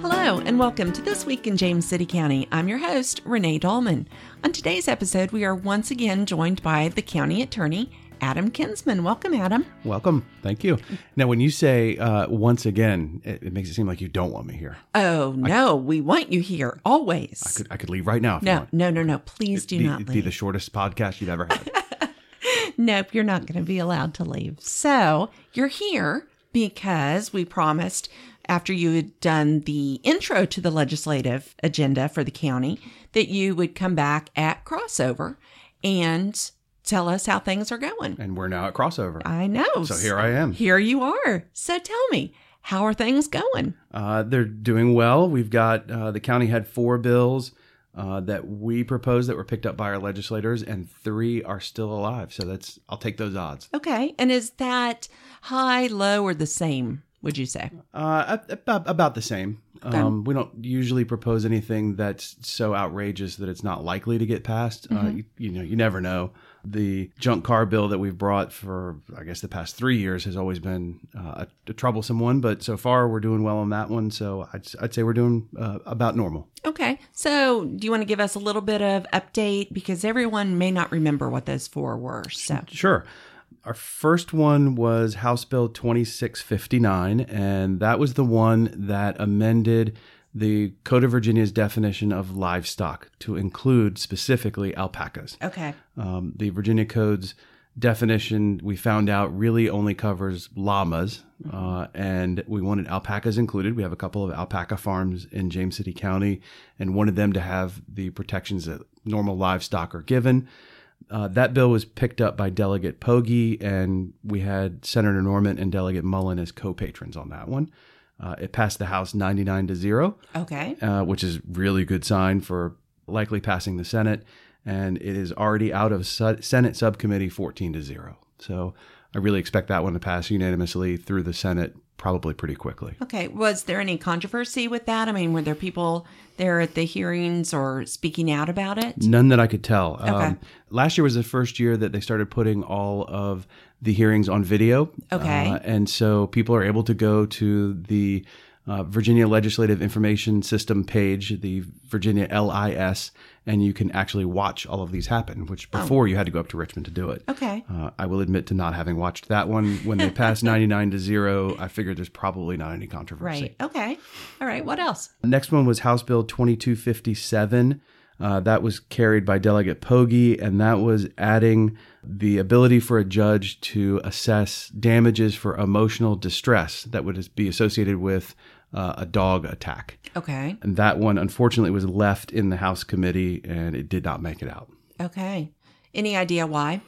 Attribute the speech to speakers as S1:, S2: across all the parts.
S1: Hello, and welcome to This Week in James City County. I'm your host, Renee Dolman. On today's episode, we are once again joined by the county attorney, Adam Kinsman. Welcome, Adam.
S2: Welcome. Thank you. Now, when you say uh, once again, it, it makes it seem like you don't want me here.
S1: Oh, no, we want you here always.
S2: I could, I could leave right now if you
S1: no,
S2: want.
S1: no, no, no. Please do
S2: It'd be,
S1: not
S2: it'd be
S1: leave.
S2: the shortest podcast you've ever had.
S1: Nope, you're not going to be allowed to leave. So you're here because we promised after you had done the intro to the legislative agenda for the county that you would come back at crossover and tell us how things are going.
S2: and we're now at crossover.
S1: I know.
S2: So here I am.
S1: Here you are. So tell me, how are things going?
S2: Uh, they're doing well. We've got uh, the county had four bills uh, that we proposed that were picked up by our legislators, and three are still alive. So that's I'll take those odds.
S1: Okay. And is that high, low, or the same, would you say?
S2: Uh, ab- ab- about the same. Um, we don't usually propose anything that's so outrageous that it's not likely to get passed. Uh, you, you know, you never know. The junk car bill that we've brought for, I guess, the past three years has always been uh, a, a troublesome one, but so far we're doing well on that one. So I'd, I'd say we're doing uh, about normal.
S1: Okay. So, do you want to give us a little bit of update because everyone may not remember what those four were. So,
S2: Sure. Our first one was House Bill 2659, and that was the one that amended the Code of Virginia's definition of livestock to include specifically alpacas.
S1: okay.
S2: Um, the Virginia Code's definition, we found out, really only covers llamas, uh, and we wanted alpacas included. We have a couple of alpaca farms in James City County and wanted them to have the protections that normal livestock are given. Uh, that bill was picked up by Delegate Pogge, and we had Senator Norman and Delegate Mullen as co patrons on that one. Uh, it passed the House 99 to 0
S1: Okay.
S2: uh, which is really good sign for likely passing the Senate. And it is already out of su- Senate subcommittee 14 to 0. So I really expect that one to pass unanimously through the Senate probably pretty quickly.
S1: Okay. Was there any controversy with that? I mean, were there people there at the hearings or speaking out about it?
S2: None that I could tell. Um,
S1: Okay.
S2: last year was the first year that they started putting all of the hearings on video.
S1: Okay.
S2: Uh, and so people are able to go to the uh, Virginia Legislative Information System page, the Virginia LIS, and you can actually watch all of these happen, which before you had to go up to Richmond to do it.
S1: Oh. Okay.
S2: Uh, I will admit to not having watched that one. When they passed 99 to 0, I figured there's probably not any controversy.
S1: Right. Okay. All right. What else?
S2: Next one was House Bill 2257. Uh, that was carried by Delegate Pogge, and that was adding the ability for a judge to assess damages for emotional distress that would be associated with uh, a dog attack.
S1: Okay.
S2: And that one, unfortunately, was left in the House committee and it did not make it out.
S1: Okay. Any idea why?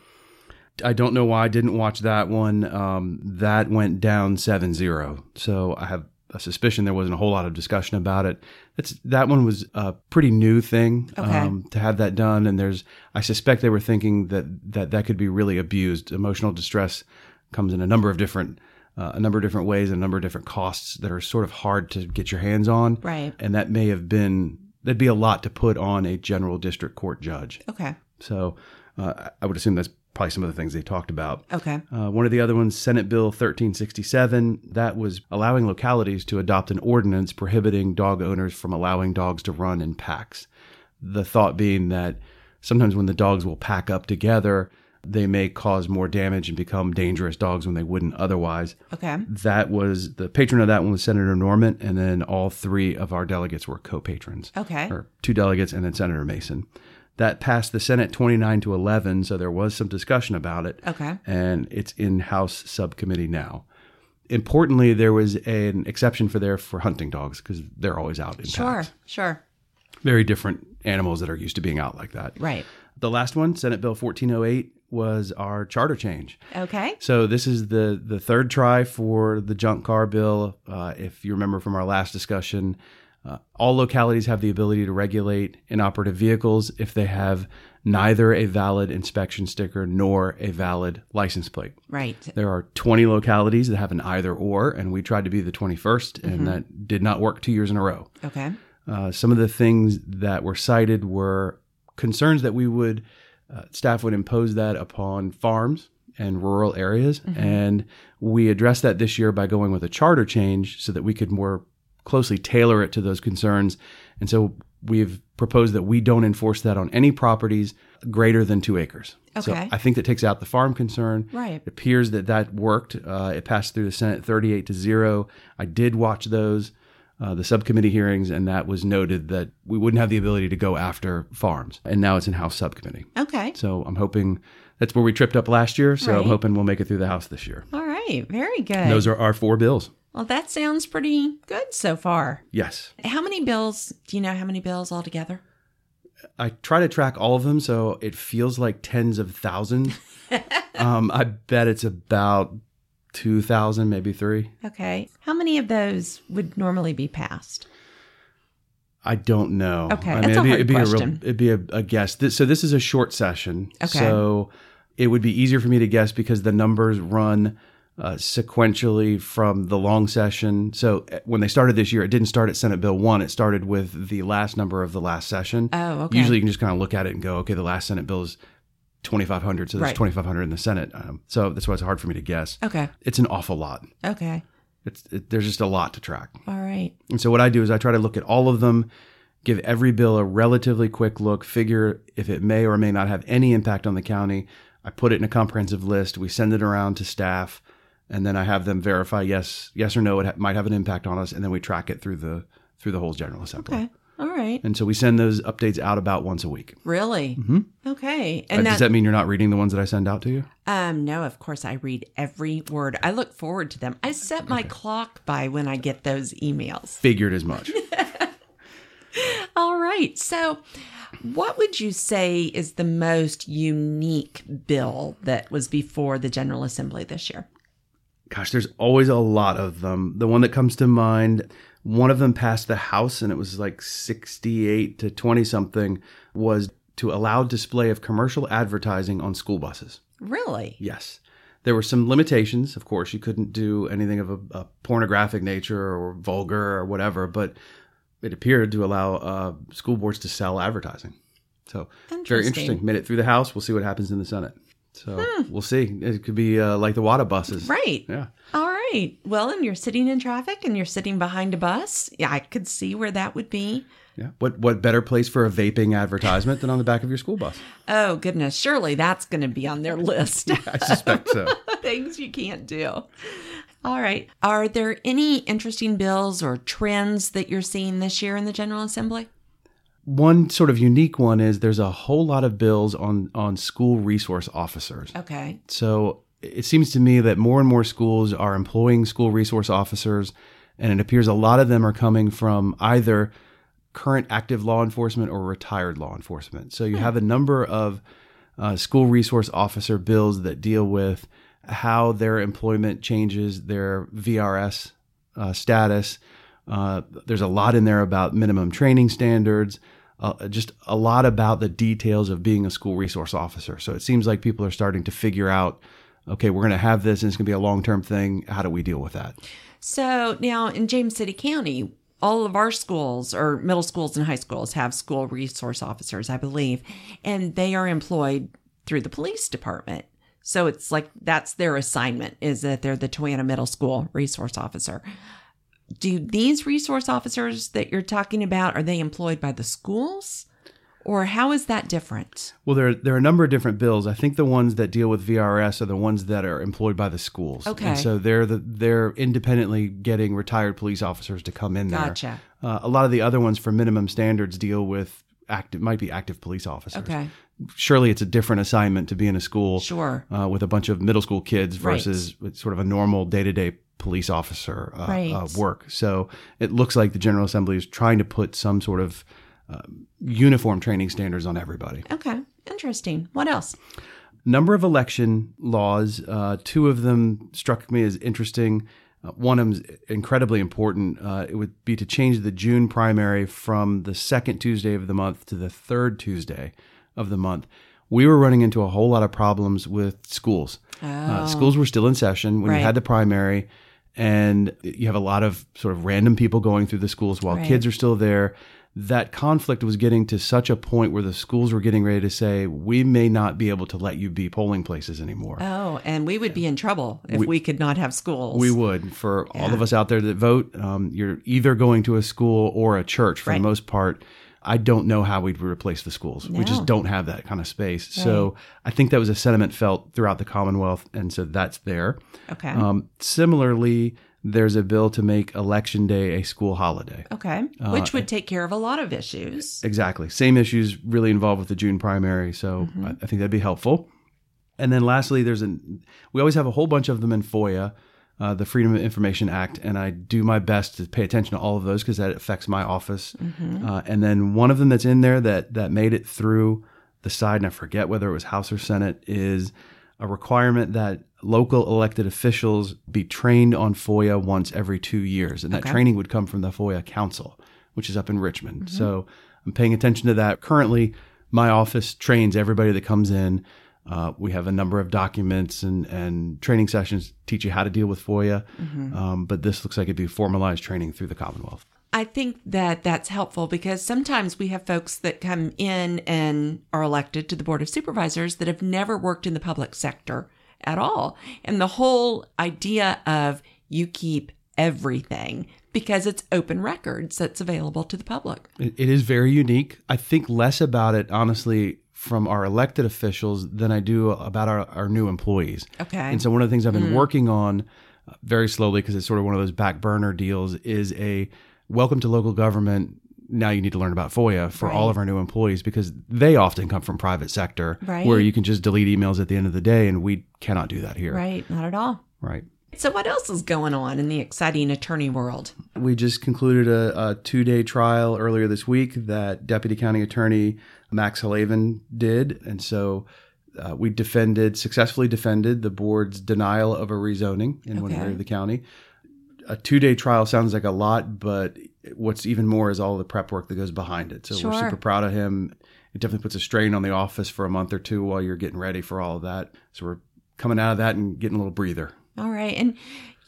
S2: I don't know why I didn't watch that one. Um, that went down 7 0. So I have a suspicion there wasn't a whole lot of discussion about it. It's, that one was a pretty new thing um,
S1: Okay.
S2: to have that done. And there's, I suspect they were thinking that that, that could be really abused. Emotional distress comes in a number of different. Uh, a number of different ways and a number of different costs that are sort of hard to get your hands on.
S1: Right.
S2: And that may have been, that'd be a lot to put on a general district court judge.
S1: Okay.
S2: So uh, I would assume that's probably some of the things they talked about.
S1: Okay.
S2: Uh, one of the other ones, Senate Bill 1367, that was allowing localities to adopt an ordinance prohibiting dog owners from allowing dogs to run in packs. The thought being that sometimes when the dogs will pack up together, they may cause more damage and become dangerous dogs when they wouldn't otherwise.
S1: Okay.
S2: That was the patron of that one was Senator Norman, and then all three of our delegates were co patrons
S1: Okay.
S2: or two delegates and then Senator Mason. That passed the Senate 29 to 11, so there was some discussion about it,
S1: Okay.
S2: and it's in House subcommittee now. Importantly, there was an exception for there for hunting dogs because they're always out in
S1: Sure.
S2: packs.
S1: Sure.
S2: Very different animals that are used to being out like that.
S1: Right.
S2: The last one, Senate Bill 1408, was our charter change.
S1: Okay.
S2: So this is the the third try for the junk car bill. Uh, if you remember from our last discussion, uh, all localities have the ability to regulate inoperative vehicles if they have neither a valid inspection sticker nor a valid license plate.
S1: Right.
S2: There are 20 localities that have an either or, and we tried to be the 21st, and that did not work two years in a row.
S1: Okay.
S2: Uh, some of the things that were cited were concerns that we would uh, staff would impose that upon farms and rural areas and we addressed that this year by going with a charter change so that we could more closely tailor it to those concerns. And so we've proposed that we don't enforce that on any properties greater than two acres.
S1: Okay.
S2: So I think that takes out the farm concern.
S1: Right.
S2: It appears that that worked. Uh, it passed through the Senate 38 to zero. I did watch those, uh, the subcommittee hearings, and that was noted that we wouldn't have the ability to go after farms. And now it's in House subcommittee.
S1: Okay.
S2: So I'm hoping that's where we tripped up last year. So
S1: Right.
S2: I'm hoping we'll make it through the House this year.
S1: All right. Very good.
S2: Those are our four bills.
S1: well, that sounds pretty good so far.
S2: Yes.
S1: How many bills? Do you know how many bills altogether?
S2: I try to track all of them, so it feels like tens of thousands. um, I bet it's about 2,000, maybe three.
S1: Okay. How many of those would normally be passed?
S2: I don't know.
S1: Okay,
S2: I
S1: that's a
S2: it'd
S1: hard
S2: be, it'd be A
S1: question.
S2: real, it'd be a, a guess. This, so this is a short session.
S1: Okay.
S2: So it would be easier for me to guess because the numbers run uh, sequentially from the long session. So uh, when they started this year, it didn't start at Senate Bill one. It started with the last number of the last session.
S1: Oh, okay.
S2: Usually, you can just kind of look at it and go, okay, the last Senate bill is 2,500, so there's
S1: Right.
S2: 2,500 in the Senate. Um, so that's why it's hard for me to guess.
S1: Okay.
S2: It's an awful lot.
S1: Okay.
S2: It's it, there's just a lot to track.
S1: All right.
S2: And so what I do is I try to look at all of them, give every bill a relatively quick look, figure if it may or may not have any impact on the county. I put it in a comprehensive list. We send it around to staff, and then I have them verify yes, yes or no, it ha- might have an impact on us, and then we track it through the through the whole general assembly.
S1: Okay. All right.
S2: And so we send those updates out about once a week.
S1: Really?
S2: Mhm.
S1: Okay. And
S2: Uh,
S1: that,
S2: does that mean you're not reading the ones that I send out to you?
S1: um no, of course I read every word. I look forward to them. I set my clock by when I get those emails.
S2: Figured as much.
S1: All right. So, what would you say is the most unique bill that was before the General Assembly this year?
S2: Gosh, there's always a lot of them. The one that comes to mind, one of them passed the House and it was like 68 to 20 something, was to allow display of commercial advertising on school buses.
S1: Really?
S2: Yes. There were some limitations, of course. You couldn't do anything of a, a pornographic nature or vulgar or whatever, but it appeared to allow uh, school boards to sell advertising. So very interesting. Made it through the House. We'll see what happens in the Senate. So we'll see. It could be uh, like the WADA buses.
S1: Right.
S2: Yeah.
S1: All right. Well, and you're sitting in traffic and you're sitting behind a bus. Yeah, I could see where that would be.
S2: Yeah. What what better place for a vaping advertisement than on the back of your school bus?
S1: Oh, goodness. Surely that's going to be on their list.
S2: I suspect so.
S1: Things you can't do. All right. Are there any interesting bills or trends that you're seeing this year in the General Assembly?
S2: One sort of unique one is there's a whole lot of bills on on school resource officers.
S1: Okay.
S2: So it seems to me that more and more schools are employing school resource officers and it appears a lot of them are coming from either current active law enforcement or retired law enforcement. So you have a number of uh, school resource officer bills that deal with how their employment changes their VRS uh, status. Uh, there's a lot in there about minimum training standards, uh, just a lot about the details of being a school resource officer. So it seems like people are starting to figure out okay, we're going to have this and it's going to be a long term thing. How do we deal with that?
S1: So now in James City County, all of our schools or middle schools and high schools have school resource officers, I believe, and they are employed through the police department. So it's like that's their assignment is that they're the Toyota Middle School resource officer. Do these resource officers that you're talking about are they employed by the schools? Or how is that different?
S2: Well, there there are a number of different bills. I think the ones that deal with VRS are the ones that are employed by the schools.
S1: Okay.
S2: and so they're the, they're independently getting retired police officers to come in there.
S1: Gotcha.
S2: Uh, a lot of the other ones for minimum standards deal with active might be active police officers.
S1: Okay.
S2: Surely it's a different assignment to be in a school
S1: Sure.
S2: uh, with a bunch of middle school kids
S1: Right.
S2: versus with sort of a normal day to day police officer uh,
S1: Right.
S2: uh, work. So it looks like the General Assembly is trying to put some sort of uh, uniform training standards on everybody.
S1: Okay. Interesting. What else?
S2: number of election laws. Uh, two of them struck me as interesting. Uh, one of them's incredibly important. Uh, it would be to change the June primary from the second Tuesday of the month to the third Tuesday of the month. We were running into a whole lot of problems with schools. Uh, schools were still in session when
S1: Right.
S2: you had the primary, and you have a lot of sort of random people going through the schools while
S1: Right.
S2: kids are still there. that conflict was getting to such a point where the schools were getting ready to say, we may not be able to let you be polling places anymore.
S1: Oh, and we would be in trouble if we, could not have schools.
S2: We would. For all of us out there that vote, um, you're either going to a school or a church for
S1: Right.
S2: the most part. I don't know how we'd replace the schools. We
S1: No.
S2: just don't have that kind of space. So I think that was a sentiment felt throughout the Commonwealth. And so that's there.
S1: okay.
S2: Um, similarly, there's a bill to make Election Day a school holiday.
S1: okay.
S2: uh,
S1: Which would take care of a lot of issues.
S2: Exactly. Same issues really involved with the June primary. So I, I think that'd be helpful. And then lastly, there's an, we always have a whole bunch of them in FOIA, uh, the Freedom of Information Act. And I do my best to pay attention to all of those because that affects my office. Uh, and then one of them that's in there that, that made it through the side, and I forget whether it was House or Senate, is a requirement that local elected officials be trained on FOIA once every two years. And that training would come from the FOIA Council, which is up in Richmond. So I'm paying attention to that. Currently, my office trains everybody that comes in. Uh, we have a number of documents and, and training sessions teach you how to deal with FOIA. Um, but this looks like it'd be formalized training through the Commonwealth.
S1: I think that that's helpful because sometimes we have folks that come in and are elected to the Board of Supervisors that have never worked in the public sector at all. And the whole idea of you keep everything because it's open records that's available to the public.
S2: It, it is very unique. I think less about it, honestly, from our elected officials than I do about our, our new employees.
S1: Okay.
S2: And so one of the things I've
S1: Mm.
S2: been working on uh, very slowly because it's sort of one of those back burner deals is a welcome to local government. Now you need to learn about FOIA for all of our new employees because they often come from private sector
S1: Right.
S2: where you can just delete emails at the end of the day and we cannot do that here.
S1: right. Not at all.
S2: Right.
S1: So, what else is going on in the exciting attorney world?
S2: We just concluded a, a two day trial earlier this week that Deputy County Attorney Max Halaven did. And so uh, we defended, successfully defended the board's denial of a rezoning in one
S1: Okay.
S2: area of the county. A two day trial sounds like a lot, but what's even more is all the prep work that goes behind it. So
S1: Sure.
S2: we're super proud of him. It definitely puts a strain on the office for a month or two while you're getting ready for all of that. So we're coming out of that and getting a little breather.
S1: All right. And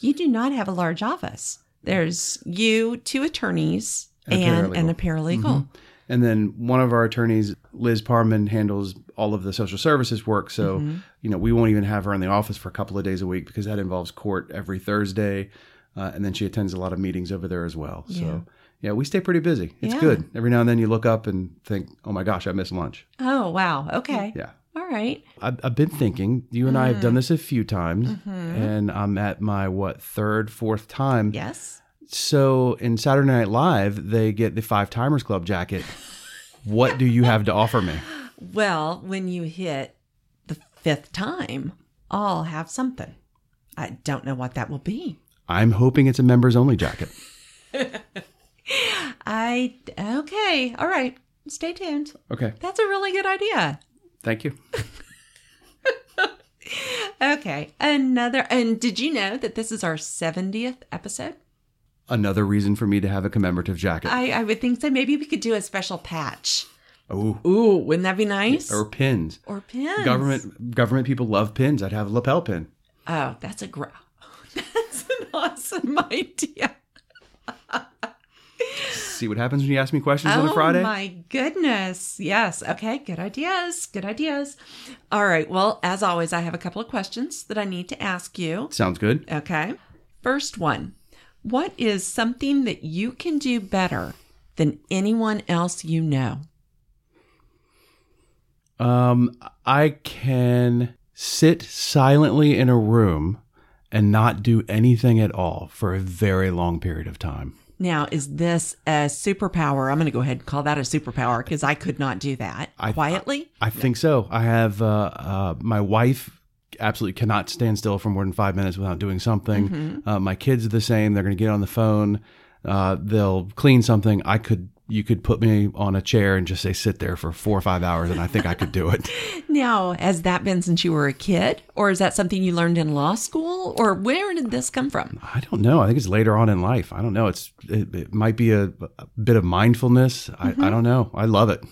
S1: you do not have a large office. There's you, two attorneys,
S2: And a
S1: and, and a
S2: paralegal. Mm-hmm.
S1: paralegal.
S2: And then one of our attorneys, Liz Parman, handles all of the social services work. So,
S1: Mm-hmm.
S2: you know, we won't even have her in the office for a couple of days a week because that involves court every Thursday. Uh, and then she attends a lot of meetings over there as well.
S1: Yeah.
S2: So, yeah, we stay pretty busy. It's
S1: Yeah.
S2: good. Every now and then you look up and think, oh my gosh, I missed lunch.
S1: Oh, wow. Okay.
S2: Yeah.
S1: All right.
S2: I've, I've been thinking, you and I have
S1: Mm-hmm.
S2: done this a few times, and I'm at my, what, third, fourth time.
S1: Yes.
S2: So in Saturday Night Live, they get the Five Timers Club jacket. what do you have to offer me?
S1: Well, when you hit the fifth time, I'll have something. I don't know what that will be.
S2: I'm hoping it's a members only jacket.
S1: I, okay. All right. Stay tuned.
S2: Okay.
S1: That's a really good idea.
S2: Thank you.
S1: Okay. Another, and did you know that this is our 70th episode?
S2: Another reason for me to have a commemorative jacket.
S1: I, I would think so. Maybe we could do a special patch.
S2: oh,
S1: Ooh, wouldn't that be nice?
S2: or pins.
S1: or pins.
S2: Government government people love pins. I'd have a lapel pin.
S1: Oh, that's a gr- that's an awesome idea.
S2: See what happens when you ask me questions on
S1: Oh
S2: a Friday.
S1: my goodness. Yes. Okay. Good ideas. Good ideas. All right. Well, as always, I have a couple of questions that I need to ask you.
S2: Sounds good.
S1: Okay. First one. What is something that you can do better than anyone else you know?
S2: Um, I can sit silently in a room and not do anything at all for a very long period of time.
S1: Now, is this a superpower? I'm going to go ahead and call that a superpower because I could not do that
S2: I-
S1: quietly.
S2: I think so. I have uh, uh, my wife absolutely cannot stand still for more than five minutes without doing something. Uh, my kids are the same. They're going to get on the phone. Uh, they'll clean something. I could. You could put me on a chair and just say sit there for four or five hours, and I think I could do it.
S1: Now, has that been since you were a kid, or is that something you learned in law school, or where did this come from?
S2: I don't know. I think it's later on in life. I don't know. It's it, it might be a, a bit of mindfulness. I, I don't know. I love it.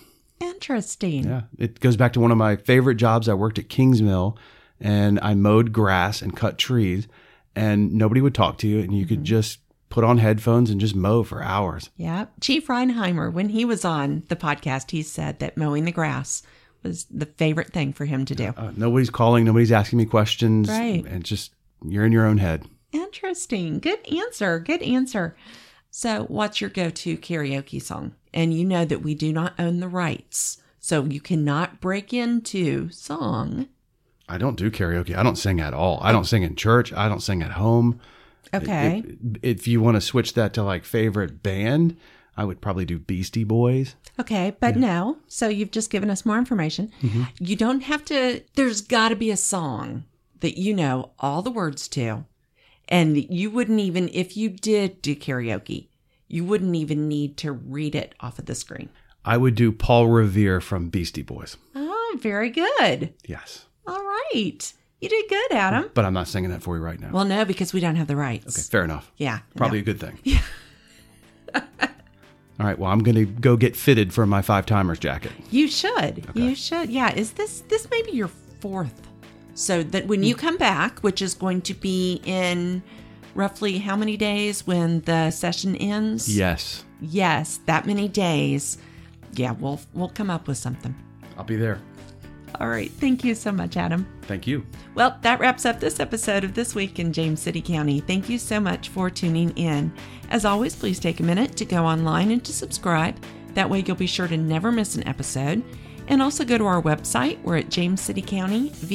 S1: Interesting.
S2: Yeah, it goes back to one of my favorite jobs. I worked at Kingsmill,
S1: Mm-hmm.
S2: and I mowed grass and cut trees, and nobody would talk to you, and you could just put on headphones and just mow for hours.
S1: Yeah. Chief Reinheimer, when he was on the podcast, he said that mowing the grass was the favorite thing for him to do.
S2: Uh, nobody's calling, nobody's asking me questions,
S1: Right.
S2: and just you're in your own head.
S1: Interesting. Good answer. Good answer. So, what's your go to karaoke song? And you know that we do not own the rights. So, you cannot break into song.
S2: I don't do karaoke. I don't sing at all. I don't sing in church. I don't sing at home.
S1: Okay.
S2: If, if you want to switch that to like favorite band, I would probably do Beastie Boys.
S1: Okay, but no. So you've just given us more information. You don't have to, there's got to be a song that you know all the words to. And you wouldn't even, if you did do karaoke, you wouldn't even need to read it off of the screen.
S2: I would do Paul Revere from Beastie Boys.
S1: Oh, very good.
S2: Yes.
S1: All right. You did good, Adam.
S2: But I'm not singing that for you right now.
S1: Well, no, because we don't have the rights.
S2: okay, fair enough.
S1: Yeah. no.
S2: Probably a good thing. all right, well, I'm going to go get fitted for my five timers jacket.
S1: You should. You should. Yeah. Is this this may be your fourth? So that when
S2: Hmm.
S1: you come back, which is going to be in roughly how many days when the session ends?
S2: Yes,
S1: Yes, that many days. Yeah, we'll we'll come up with something.
S2: I'll be there.
S1: All right. Thank you so much, Adam.
S2: Thank you.
S1: Well, that wraps up this episode of This Week in James City County. Thank you so much for tuning in. As always, please take a minute to go online and to subscribe. That way, you'll be sure to never miss an episode. And also go to our website. We're at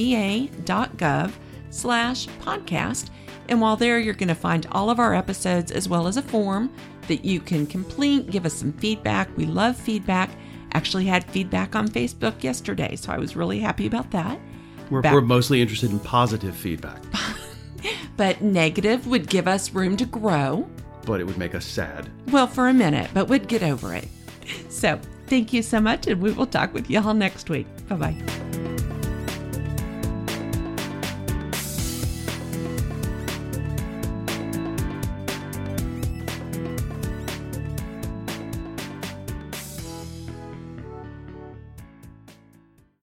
S1: jamescitycountyva.gov slash podcast. And while there, you're going to find all of our episodes as well as a form that you can complete, give us some feedback. We love feedback. Actually, had feedback on Facebook yesterday, so I was really happy about that.
S2: We're,
S1: Back-
S2: we're mostly interested in positive feedback,
S1: but negative would give us room to grow.
S2: but it would make us sad.
S1: Well, for a minute, but we'd get over it. So, thank you so much, and we will talk with y'all next week. Bye bye.